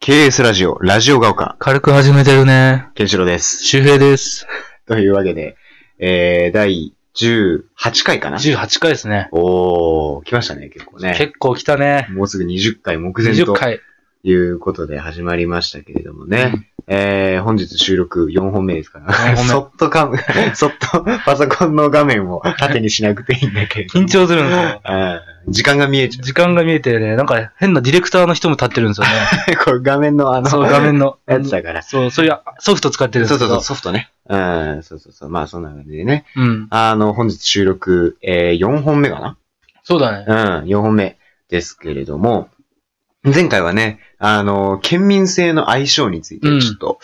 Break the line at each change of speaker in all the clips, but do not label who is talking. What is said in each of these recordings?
KS ラジオ、ラジオが丘、
軽く始めてるね。
ケンシロウです。
周平です。
というわけで、えー、第18回かな
18回ですね。
おー、来ましたね、結構ね。
結構来たね。
もうすぐ20回目前
20
と
回。
いうことで始まりましたけれどもね。えー、本日収録4本目ですから、
4本目
そっと か、そっとパソコンの画面を縦にしなくていいんだけれども。
緊張するんですよ。
あー時間が見えちゃ
時間が見えてね、なんか変なディレクターの人も立ってるんです よね。
う。これ画面のあの、
そう、画面の。
やつだから。
そう、そういうソフト使ってるんで
そ
す
う
け
そうそ
ど。
う、ソフトね。うん、そうそうそう。まあ、そんな感じでね。
うん。
あの、本日収録、えー、4本目か
そうだね。
なうん、4本目ですけれども、前回はね、あの、県民性の相性について
うん
ちょっと、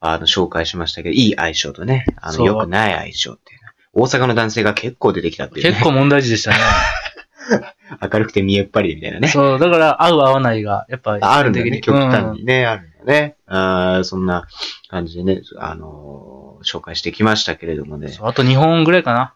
あの、紹介しましたけど、いい相性とね、あ
そ
の、
う
良くない相性っていうの。大阪の男性が結構出てきたっていう、ね。
結構問題児でしたね。
明るくて見えっぱりみたいなね。
そう、だから合う合わないが、やっぱ、
あるんだよね、
基
極
本的
端にね、あるんだね。あーそんな感じでね、あのー紹介してきましたけれども
うん
ね。
そうあと2本ぐらいかな。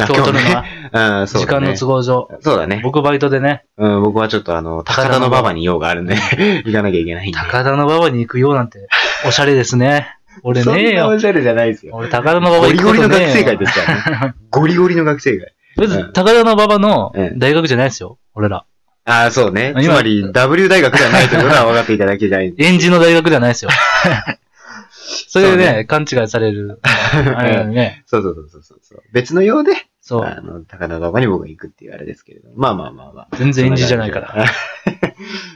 あ
今日撮るのは。
は。うん、そ
時
うだ
間
ね。
の都合上。
そうだね。
僕バイトでね、
うん、僕はちょっとあの、高田の馬場に用があるんで、行かなきゃいけないんで。
高田の馬場に行くようなんて、おしゃれですね。俺ねえ
そんな
よ。
おしゃれじゃないですよ。
俺高田の馬場
ゴ
行
リ
く
ゴ
こ
リ
と
の
ねえ
学
よ。
生会ですからね。ゴリゴリの学生会。
別
うん
に、高田の馬場の
うん
大学じゃないですよ、俺ら。
ああ、そうね。
今
つまり、W 大学ではないということは分かっていただきたい。
園児の大学ではないですよ。それで
そう
ね、勘違いさ れる。あれなんでね。
そうそうそうそうそう。別の用で、
そう。
あの、高田馬場に僕が行くっていうあれですけれども。まあまあまあまあ。
全然園児じゃないから。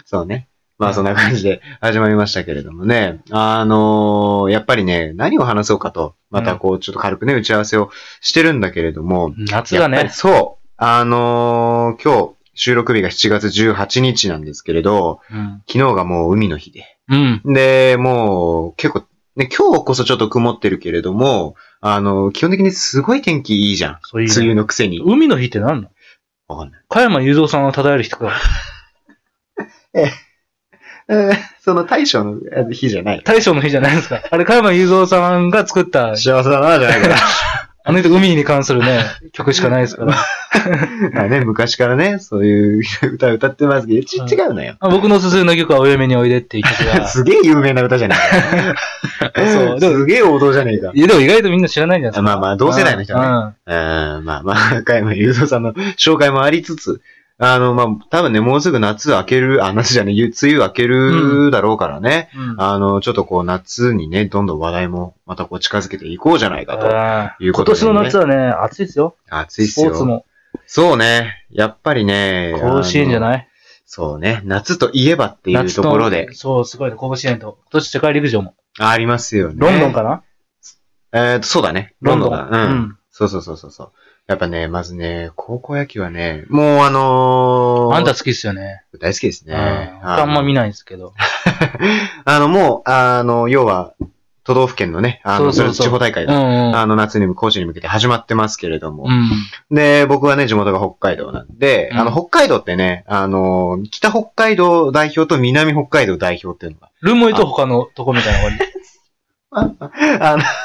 そうね。まあそんな感じで始まりましたけれどもね。あのーやっぱりね、何を話そうかと、またこう、ちょっと軽くね、打ち合わせをしてるんだけれども、
夏だ
やっぱり
ね。
そう。あのー今日、収録日が7月18日なんですけれど、
うん。
昨日がもう海の日で。
うん。
で、もう、結構、ね、今日こそちょっと曇ってるけれども、あのー基本的にすごい天気いいじゃん。
そうい
梅
う
雨
ね。
のくせに。
海の日って何なの
わかんない。
加山雄三さんを称える人か。
えー その大将のえー日じゃない。
大将の日じゃないですか。あれ、加山雄三さんが 作った、
幸せだな、じゃないか
あの人海に関するね、曲しかないですから。
ら。ね、昔からね、そういう歌歌ってますけど、ち違うのよ。
あ僕の進んだ曲はお嫁においでっていう曲 が。
すげえ有名な歌じゃ ないか
そうでも
すげえ王道じゃねえか。
いや、でも意外とみんな知らないんじゃないですか。
まあまあ、同世代の人はね。
はね。
うんまあまあ、加 山雄三さんの紹介もありつつ、あの、まあ、多分ね、もうすぐ夏明ける、あ、夏じゃね、ゆ梅雨明けるだろうからね、
うん。うん
あの、ちょっとこう、夏にね、どんどん話題も、またこう、近づけていこうじゃないかと。いうこと
今
で
年
ね
の夏はね、暑いですよ。
暑いっ
ス
す
ポーツ
よ。
も。
そうね。やっぱりね。
甲子園じゃ
い
ない
そうね。夏といえばっていう
夏
ところで
と、そう、すごいね、甲子園と。今年世界陸上も。
ありますよね。
ロンドンかな
えーと、そうだね。ロンドンだ。
う
うん。
ん。
そうそうそうそうそう。やっぱね、まずね、高校野球はね、もうあのー、
あんた好きっすよね。
大好きですね。
うん僕あんま見ないんですけど。
あの、もう、あの、要は、都道府県のね、あの、そ
そう
れ
そうそう
地方大会
うん
が、
うん。
あの、夏にも、高知に向けて始まってますけれど
う
も。
ん。
で、僕はね、地元が北海道なんで、
うん
あの、北海道ってね、あの、北北海道代表と南北海道代表っていうのが、
ルモイと他のとこみたいな感じ。
あの、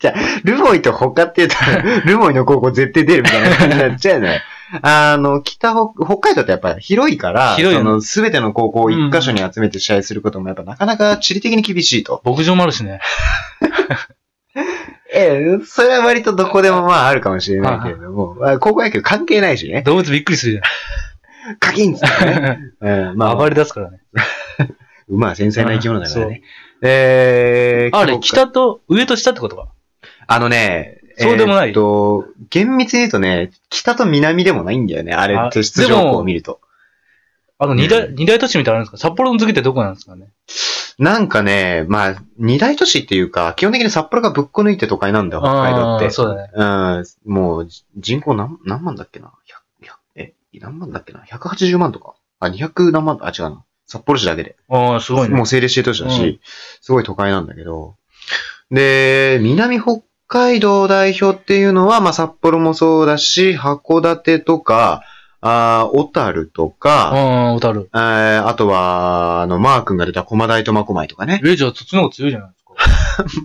じゃあルモイと他って言 ったら、ルモイの高校絶対出るみたいな感じになっちゃうのよ。あの、北北、北海道ってやっぱ広いから、
広いよ
そ
ね
の、すべての高校を一箇所に集めて試合することもやっぱなかなか地理的に厳しいと。
牧場もあるしね。
ええ、それは割とどこでもまああるかもしれないけれども、まあ高校野球関係ないしね。
動物びっくりする
カキンっつって
じゃ
ね。
ん。
うん、 まあ、
暴れ出すからね。
馬は繊細な生き物だからね。えー、
あれ、
結構
北と、上と下ってことか。
あのね、
そうでもな
え
い
ーっと、厳密に言うとね、北と南でもないんだよね。あれ
あ、
出出場校を見ると。
あの、二
う
大、
ん
二大都市みたいなのあるんですか札幌の次ってどこなんですかね
なんかね、まあ、二大都市っていうか、基本的に札幌がぶっこ抜いて都会なんだよ、北海道っ
あ
て
ー。そうだね。
うん、もう、じ人口何、何万だっけな ?100、100え、何万だっけな ?180 万とかあ、200何万あ、違うな。札幌市だけで。
ああ、すご
もう
いね。
政令指定都市だし、
うん
すごい都会なんだけど。で、南北海道代表っていうのは、まあ、札幌もそうだし、函館とか、あー小樽とか、
ああ、小樽。
えーあとは、あの、マー君が出た駒大と苫小牧とかね。
え、じゃあ、そっちの方が強いじゃないですか。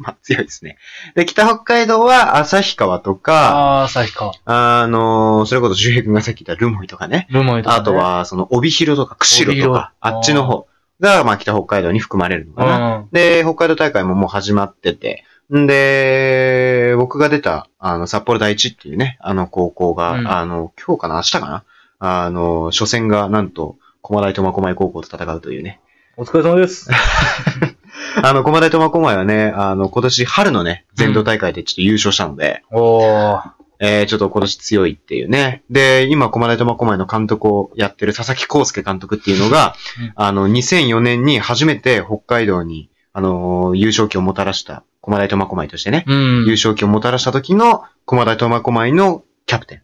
まあ、強いですね。で、北北海道は旭川とか、
ああ、旭川。
あのーそれこそ周平君がさっき言ったルモイとかね。
ルモイとかね。
あとは、その、帯広とか、釧路と
帯広
か、あっちの方。が、まあ、北北海道に含まれるの
う
かな。
ん。
で、北海道大会ももう始まってて、んで、僕が出た、あの、札幌第一っていうね、あの高校が、
うん
あの、今日かな明日かなあの、初戦がなんと、駒大苫小牧高校と戦うというね。
お疲れ様です。
あの、駒大苫小牧はね、あの、今年春のね、全道大会でちょっと優勝したので、
おー。
えー、ちょっと今年強いっていうね。で、今、駒大苫小牧の監督をやってる佐々木康介監督っていうのが、
うん
あの、2004年に初めて北海道に、あのー優勝旗をもたらした、駒大苫小牧としてね、
う
優
ん。
勝旗をもたらした時の、駒大苫小牧のキャプテン。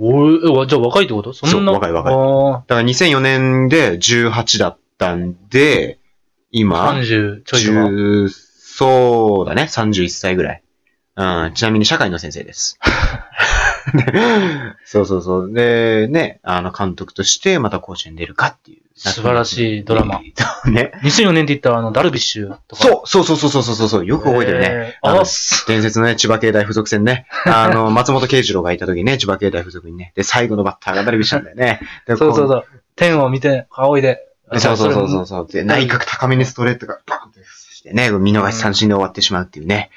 おーえわじゃあ若いってことそん
そ
な。
う若い若い
あ
だから2004年で18だったんで、
ー
今、
30ちょいとか。
10そうだね、31歳ぐらい。うん、ちなみに社会の先生 です。そうそうそう。で、ね、あの、監督としてまた甲子園出るかっていう。
素晴らしいドラマ。
ね。
2004年って言ったら、あの、ダルビッシュとか。
そうそうそうそうそうそうそう。よく覚えてるね。
ね。あ
あの
っす。
伝説のね、千葉経大附属戦 ね。あの、松本慶次郎がいた時ね、千葉経大附属にね。で、最後のバッターがダルビッシュなんだよね。で
そうそう
こ
そう。天を見て、仰いで。
うそうそうそうそう
う。
そう。で、内角高めにストレートがバーンって、そしてね、見逃し三振で終わってしまうっていうね。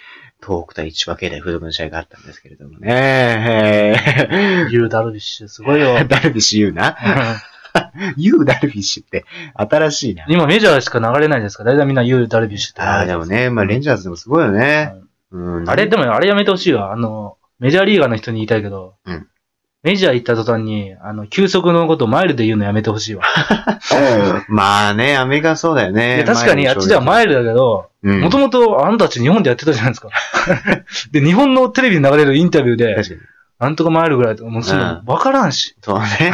東北対千葉経大附属の試合があったんですけれどもね。へ
言うダルビッシュ、すご いよ。
ーダルビッシュ言うな。言うダルビッシュって、新しいな。
今メジャーしか流れないですから、大体みんな言うダルビッシュって。
ああ、でもね、まあ、レンジャーズでもすごいよね。うん。
あれ、でもあれやめてほしいわ。あの、メジャーリーガーの人に言いたいけど、
うん
メジャー行った途端に、あの、球速のことマイルで言うのやめてほしいわ。
まあね、アメリカそうだよ
い
ね
や。確かにあっちではマイルだけど、
うん、
もともとあなたたち日本でやってたじゃないですか。 で、日本のテレビに流れるインタビューで
確、かに。
なんとかマイルぐらいとか、もうそんなわからんし。
そう ね。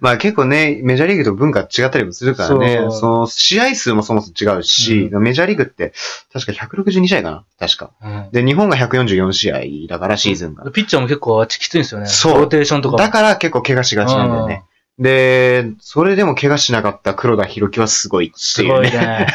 まあ結構ね、メジャーリーグと文化違ったりもするからね
そ、う
その試合数もそもそも違うし、メジャーリーグって確か162試合かな確か。
うん
で、日本が144試合だからシーズンが。
ピッチャーも結構あっちきついんですよね。
そう
ローテーションとかも。
だから結構怪我しがちなんだよね。で、それでも怪我しなかった黒田博樹はすごいって
す
いう
ごい
ね。
ね。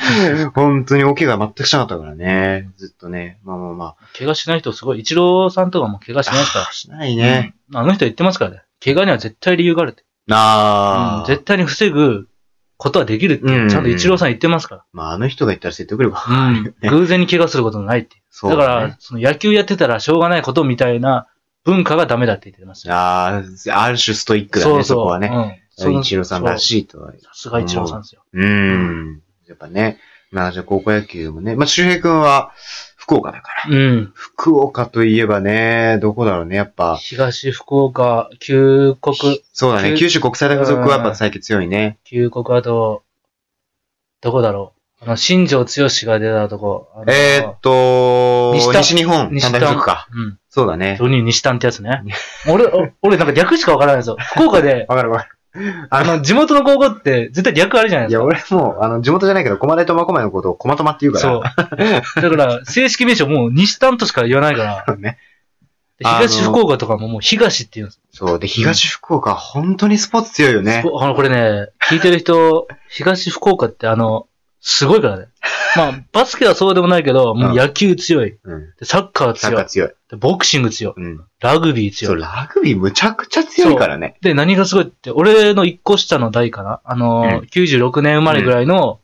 本当に大怪我全くしなかったからね。ずっとね。まあまあま
怪我しない人すごい。イチローさんとかも怪我しないですか
あ。しないね。
ら。あの人言ってますからね。怪我には絶対理由があるって。
あ
うん
あ、
絶対に防ぐことはできるって、
うん
ちゃんとイチローさん言ってますか
まああの人が言ったら説得力が。
ら。うん。偶然に怪我することないって。
そ
だ
うね
から、その野球やってたらしょうがないことみたいな文化がダメだって言ってますよ。
ああ、ある種ストイックだね、
そう
そこ
そ
は
う。
ね。
うん。
イチローさんら
い。
しいとは。
そうさすがイチローさんですよ。
うーん。やっぱね。まあじゃあ高校野球もね。まあ周平くんは福岡だから。
うん。
福岡といえばね、どこだろうね。やっぱ、
東福岡、旧国、
そうだね。
九
九州国際大付属はやっぱ最近強いね。
旧国、あと、どこだろう。あの、新庄剛志が出たとこ。あの
えーっと、
西田
西日本
西
短大
丹
付属か。
うん。
そうだね。
ジョニー西丹ってや つね。俺、お俺なんか略しかわからないんですよ。福岡で、
わかるわかる。あ
あ
の、
の、地元の高校って絶対略あるじゃない
い
で
や、
すか。
俺もう、あの、地元じゃないけど、駒大苫小牧のことを駒苫って言うから。
そう。だから、正式名称もう西丹としか言わないから、
そう。ね。
で東福岡とかももう東って言うんです
そう。で、東福岡、本当にスポーツ強いよね。
あの、これね、聞いてる人、東福岡ってあの、すごい からね。まあ、バスケはそうでもないけど、もう野球強い。
うん。
でサッカー
サッ
強
カ
い
ー。強い。
でボクシング強い。
うん。
ラグビー
そう、
強い。
ラグビーむちゃくちゃ強いからね。
で、何がすごいって、俺の一個下の代かなあの、
うん
96年生まれぐらいの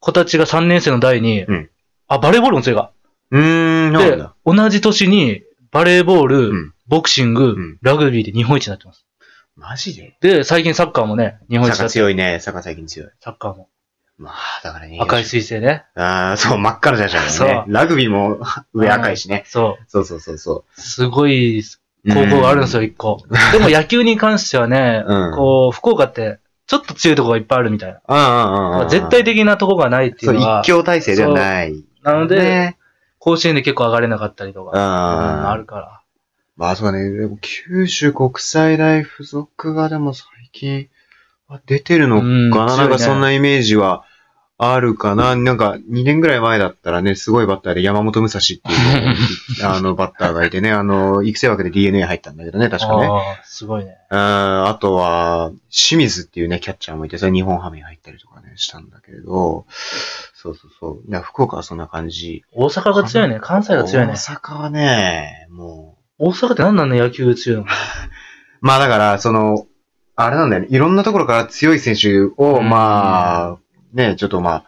子たちが3年生の代に、
うん
あ、バレーボールも強いか。
うーん、なん
で
だ。、
同じ年に、バレーボール、
うん
ボクシング、
うん
ラグビーで日本一になってます。
マジで
で、最近サッカーもね、日本一
坂
だって、
強いね。坂最近強い。
サッカーも。
まあ、だからね。
赤い彗星ね。
ああ、そう、真っ赤なじゃん
そ
ね
う。
ラグビーも 上赤いしね。
そ。
そうそうそうそう。
すごいう高校があるんです
よ。
よ、一個。でも野球に関してはね、
うん
こう、福岡って、ちょっと強いとこがいっぱいあるみたいな。
うんうんうんうん。
絶対的なとこがないってい
そうう、
のは
一、強体制ではない。
なので、
ね
甲子園で結構上がれなかったりと
うん。
か、うんあ
ま
るから。
あ、そうだね。でも九州国際大付属がでも最近は出てるのか
うん
ななんかそん
強いね
なイメージはあるかななんか2年ぐらい前だったらね、すごいバッターで山本武蔵っていう あのバッターがいてね、あの、育成枠で DNA 入ったんだけどね、確かね。
あーすごいね。
うん、あとは、清水っていうね、キャッチャーもいて、それ日本ハムに入ったりとかね、したんだけれど、そうそうそう。いや、福岡はそんな感じ。
大阪が強いね。関西が強いね
大。阪はね、も
大阪ってなんなんね、野球強いの。
う。まあだから、その、あれなんだよね。いろんなところから強い選手を、
うん
まあ、ね、ちょっとまあ、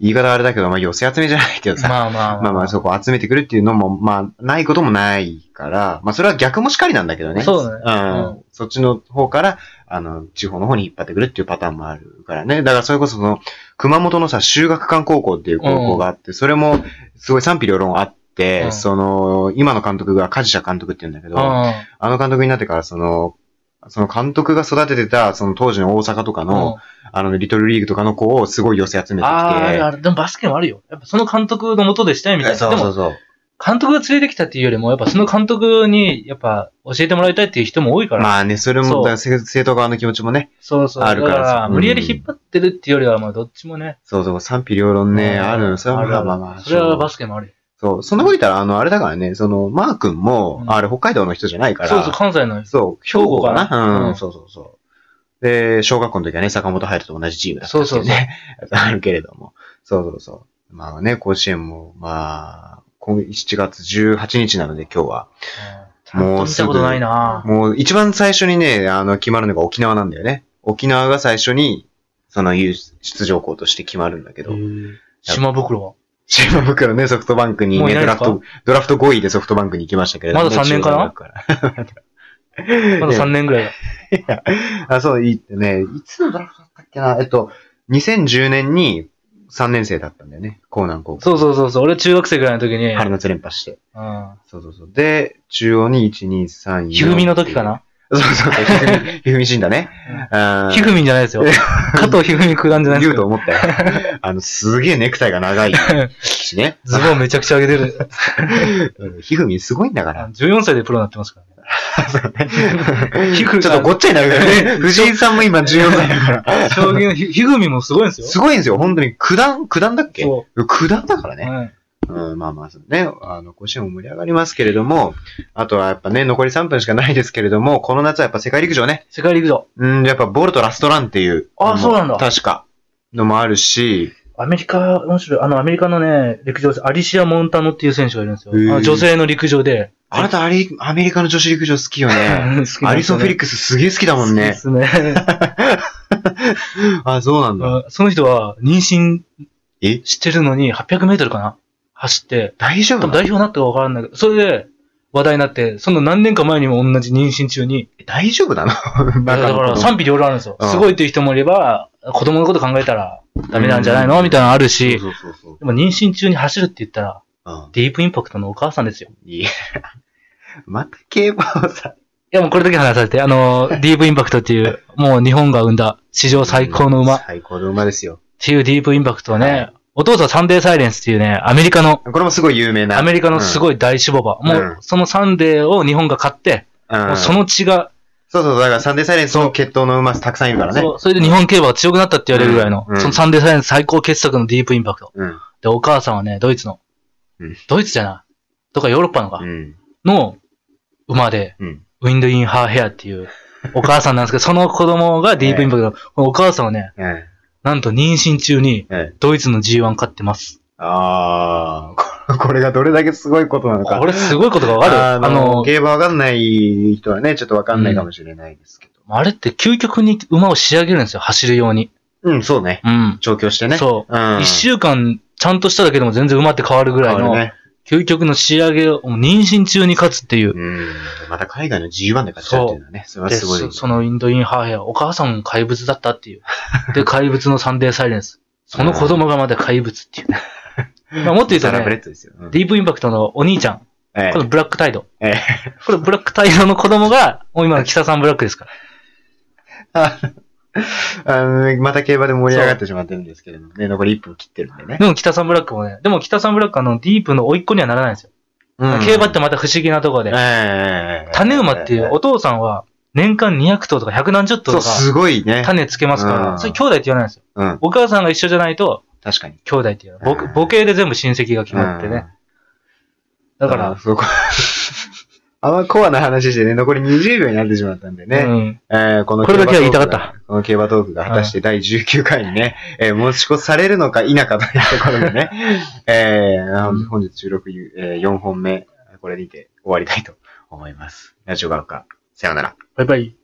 言い方あれだけど、まあ、寄せ集めじゃないけどさ、
まあまあ
まあまあ、そこ集めてくるっていうのも、まあ、ないこともないから、まあ、それは逆もしかりなんだけどね。
そうだね
ん
う
そっちの方から、あの、地方の方に引っ張ってくるっていうパターンもあるからね。だから、それこそ、その、熊本のさ、修学館高校っていう高校があって、それも、すごい賛否両論あって、
うん
その、今の監督が梶社監督って言うんだけど、
あ
あの監督になってから、その、その監督が育ててた、その当時の大阪とかの、あの、リトルリーグとかの子をすごい寄せ集めてきて。
あー、あるある。でもバスケもあるよ。やっぱその監督のもとでしたいみたいな。
そう
で
そ
も
うそう。
監督が連れてきたっていうよりも、やっぱその監督に、やっぱ教えてもらいたいっていう人も多いから。
まあね、それ
そ
も、だ
う
から生生徒側の気持ちもね、
そうそう。
あるから
だから、
うん
無理やり引っ張ってるっていうよりは、まあどっちもね。
そうそう、賛否両論ね、
うん
あるの。それはまあ
る
まあ
る
まあ。
それはバ
ス
スケもあるよ。
そう、そんなこと言ったら、あの、あれだからね、その、マー君も
う、ん
あれ、北海道の人じゃないから、
そうそう、関西の。
そう、兵庫か
兵庫か
な
な
う、
うんん
そうそうそう。で、小学校の時はね、坂本隼人と同じチームだったってい
そうそうそう
ね。 あるけれども。そうそうそう。まあね、甲子園も、まあ、今7月18日なので今日は。も
も
う
う
す
す
ぐ
ぐ。見たことないな
もう一番最初にね、あの、決まるのが沖縄なんだよね。沖縄が最初に、その、優出場校として決まるんだけど。
島袋は。
島袋ね、ソフトバンクに
もう
ね、
いな
ド
いで
ラ
す
フ
か
ト、ドラフト5位でソフトバンクに行きましたけれども、
まだ3年かな
中学から
まだ3
ね
年ぐらいだ。
あ、そう、いいってね、いつのドラフトだったっけな、えっと、2010年に3年生だったんだよね、江南高校。
そうそうそうそう。俺中学生ぐらいの時に。
春夏連覇して。
うん。
そうそうそう。で、中央に1、2、3、4。
ひふみの時かな
そうそうそう、ひふみ、ひふみ死んだね。あー
ひふみんじゃないですよ。加藤ひふみ九段じゃないで
言う
す
と
よ。。
思ったよ。あの、すげえネクタイが長いしね
ズボンめちゃくちゃ上げてる。
うんひふみすごいんだから。
14歳でプロになってますからね。
ち
ひ
ょ
く
っとごっちゃになるからね。藤井さんも今14歳だから。
将棋のひひぐみもすごいんですよ。
すごいんですよ。本当に九段、九段だっけ
そ
九段だから
う。う
ね。
ん
うん、まあまあ、そうね。あの、甲子園も盛り上がりますけれども、あとはやっぱね、残り3分しかないですけれども、この夏はやっぱ世界陸上ね。
世界陸上。
うん、やっぱボルトラストランっていう。
あ
の
そうなんだ
確か。のもあるし、
アメリカ、面白い。あの、アメリカのね、陸上選手、アリシア・モンタノっていう選手がいるんですよ。
へー
あの女性の陸上で。
あなたあれ、アメリカの女子陸上好きよ ね。
好 き
アリソン・フェリ
ッ
ックスすげえ好きだもん
で
ね。
すね。
あ、そうなんだ。
あその人は妊娠
え
してるのに800メートルかな走って、
大丈
多
夫な
分
の
代表になったかわからないけど、それで話題になって、その何年か前にも同じ妊娠中に、
大丈夫なの
だから賛否両論あるんですよ。
うん
すごいっていう人もいれば、子供のこと考えたらダメなんじゃないのみたいなのあるし、
そうそうそう
でも妊娠中に走るって言ったら、
そう。
ディープインパクトのお母さんですよ。
うん。いや、 また競馬をさ、
いや、もうこれだけ話されて、あ の、ディープインパクトっていう、もう日本が生んだ史上最高の馬っ
最高の馬ですよ。
ていうディープインパクトをね、
はい
お父さんサンデーサイレンスっていうね、アメリカの、
これもすごい有名な。
アメリカのす
い、
ごい大志望馬、
うん
も
う
うそのサンデーを日本が買って、
うん
もうその血が、
そうそう、だからサンデーサイレンスの血統の馬たくさんいるからね。
そうそれで日本競馬が強くなったって言われるぐらいの、
うんうん
そのサンデーサイレンス最高傑作のディープインパクト。
うん。
で、お母さんはね、ドイツの、
うん
ドイツじゃない、とかヨーロッパのか、
うん。
の馬で、
うん。
ウィンド・イン・ハー・ヘアっていうお母さんな んですけど、その子供がディープインパクトの、このお母さんはね、
え
なんと妊娠中に
え。ええ。
ドイツの G1 勝ってます。
ああ、ここれがどれだけすごいことなのか。
これすごいことがわかる
あ
あ
の
の、
競馬わかんない人はね、ちょっとわかんないかもしれないですけど。
あれって究極に馬を仕上げるんですよ、走るように。
うん、そうね。
うん。
調教してね。。
そう
うん。
一、週間ちゃんとしただけでも全然馬って変わるぐらい
変
の
わ、るね。
究極の仕上げを妊娠中に勝つっていう。
うん。また海外の G1 で勝っちゃうっていうのはね、それは
です
ごい。
そそのインドインハーヘア、お母さんも怪物だったっ ていう。で、怪物のサンデーサイレンス。その子供がまだ怪 物っていう。まあ、もっと言うと
サラブレ
ね、
ッドですよ。うん
ディープインパクトのお兄ちゃん、
ええ
このブラックタイド。
ええ
これブラックタイドの子供が、もう今の北さんブラックですから。
あの、また競馬で盛り上がってしまってるんですけれどもね、残り1分切ってるんでね。
でも北さんブラックもね、でも北さんブラックはあのディープの甥っ子にはならないんですよ。競馬ってまた不思議なところ
ええ、
で
ええ
種馬っていうお父さんは年間200頭とか170頭
そ
と
う、
か
すごいね。
種つけますか
うん
ら、それ兄弟って言わないんですよ。
うん、
お母さんが一緒じゃないと
確かに。
兄弟って言わな
う
い。
ん
ぼ母系で全部親戚が決まってね。
うん。
だか
あ
ら、
そこ。あんまコアな話してね、残り20秒になってしまったんでね。
ね。
えーこの
これだ
競馬トー
けは
ク
言いた
が
か
この競馬トークが果たして第19回にね、えー持ち越されるのか否かというところでね、 えー
うん
本日収録、え4本目、これにて終わりたいと思います。ラジオが丘、さようなら。
バイバイ。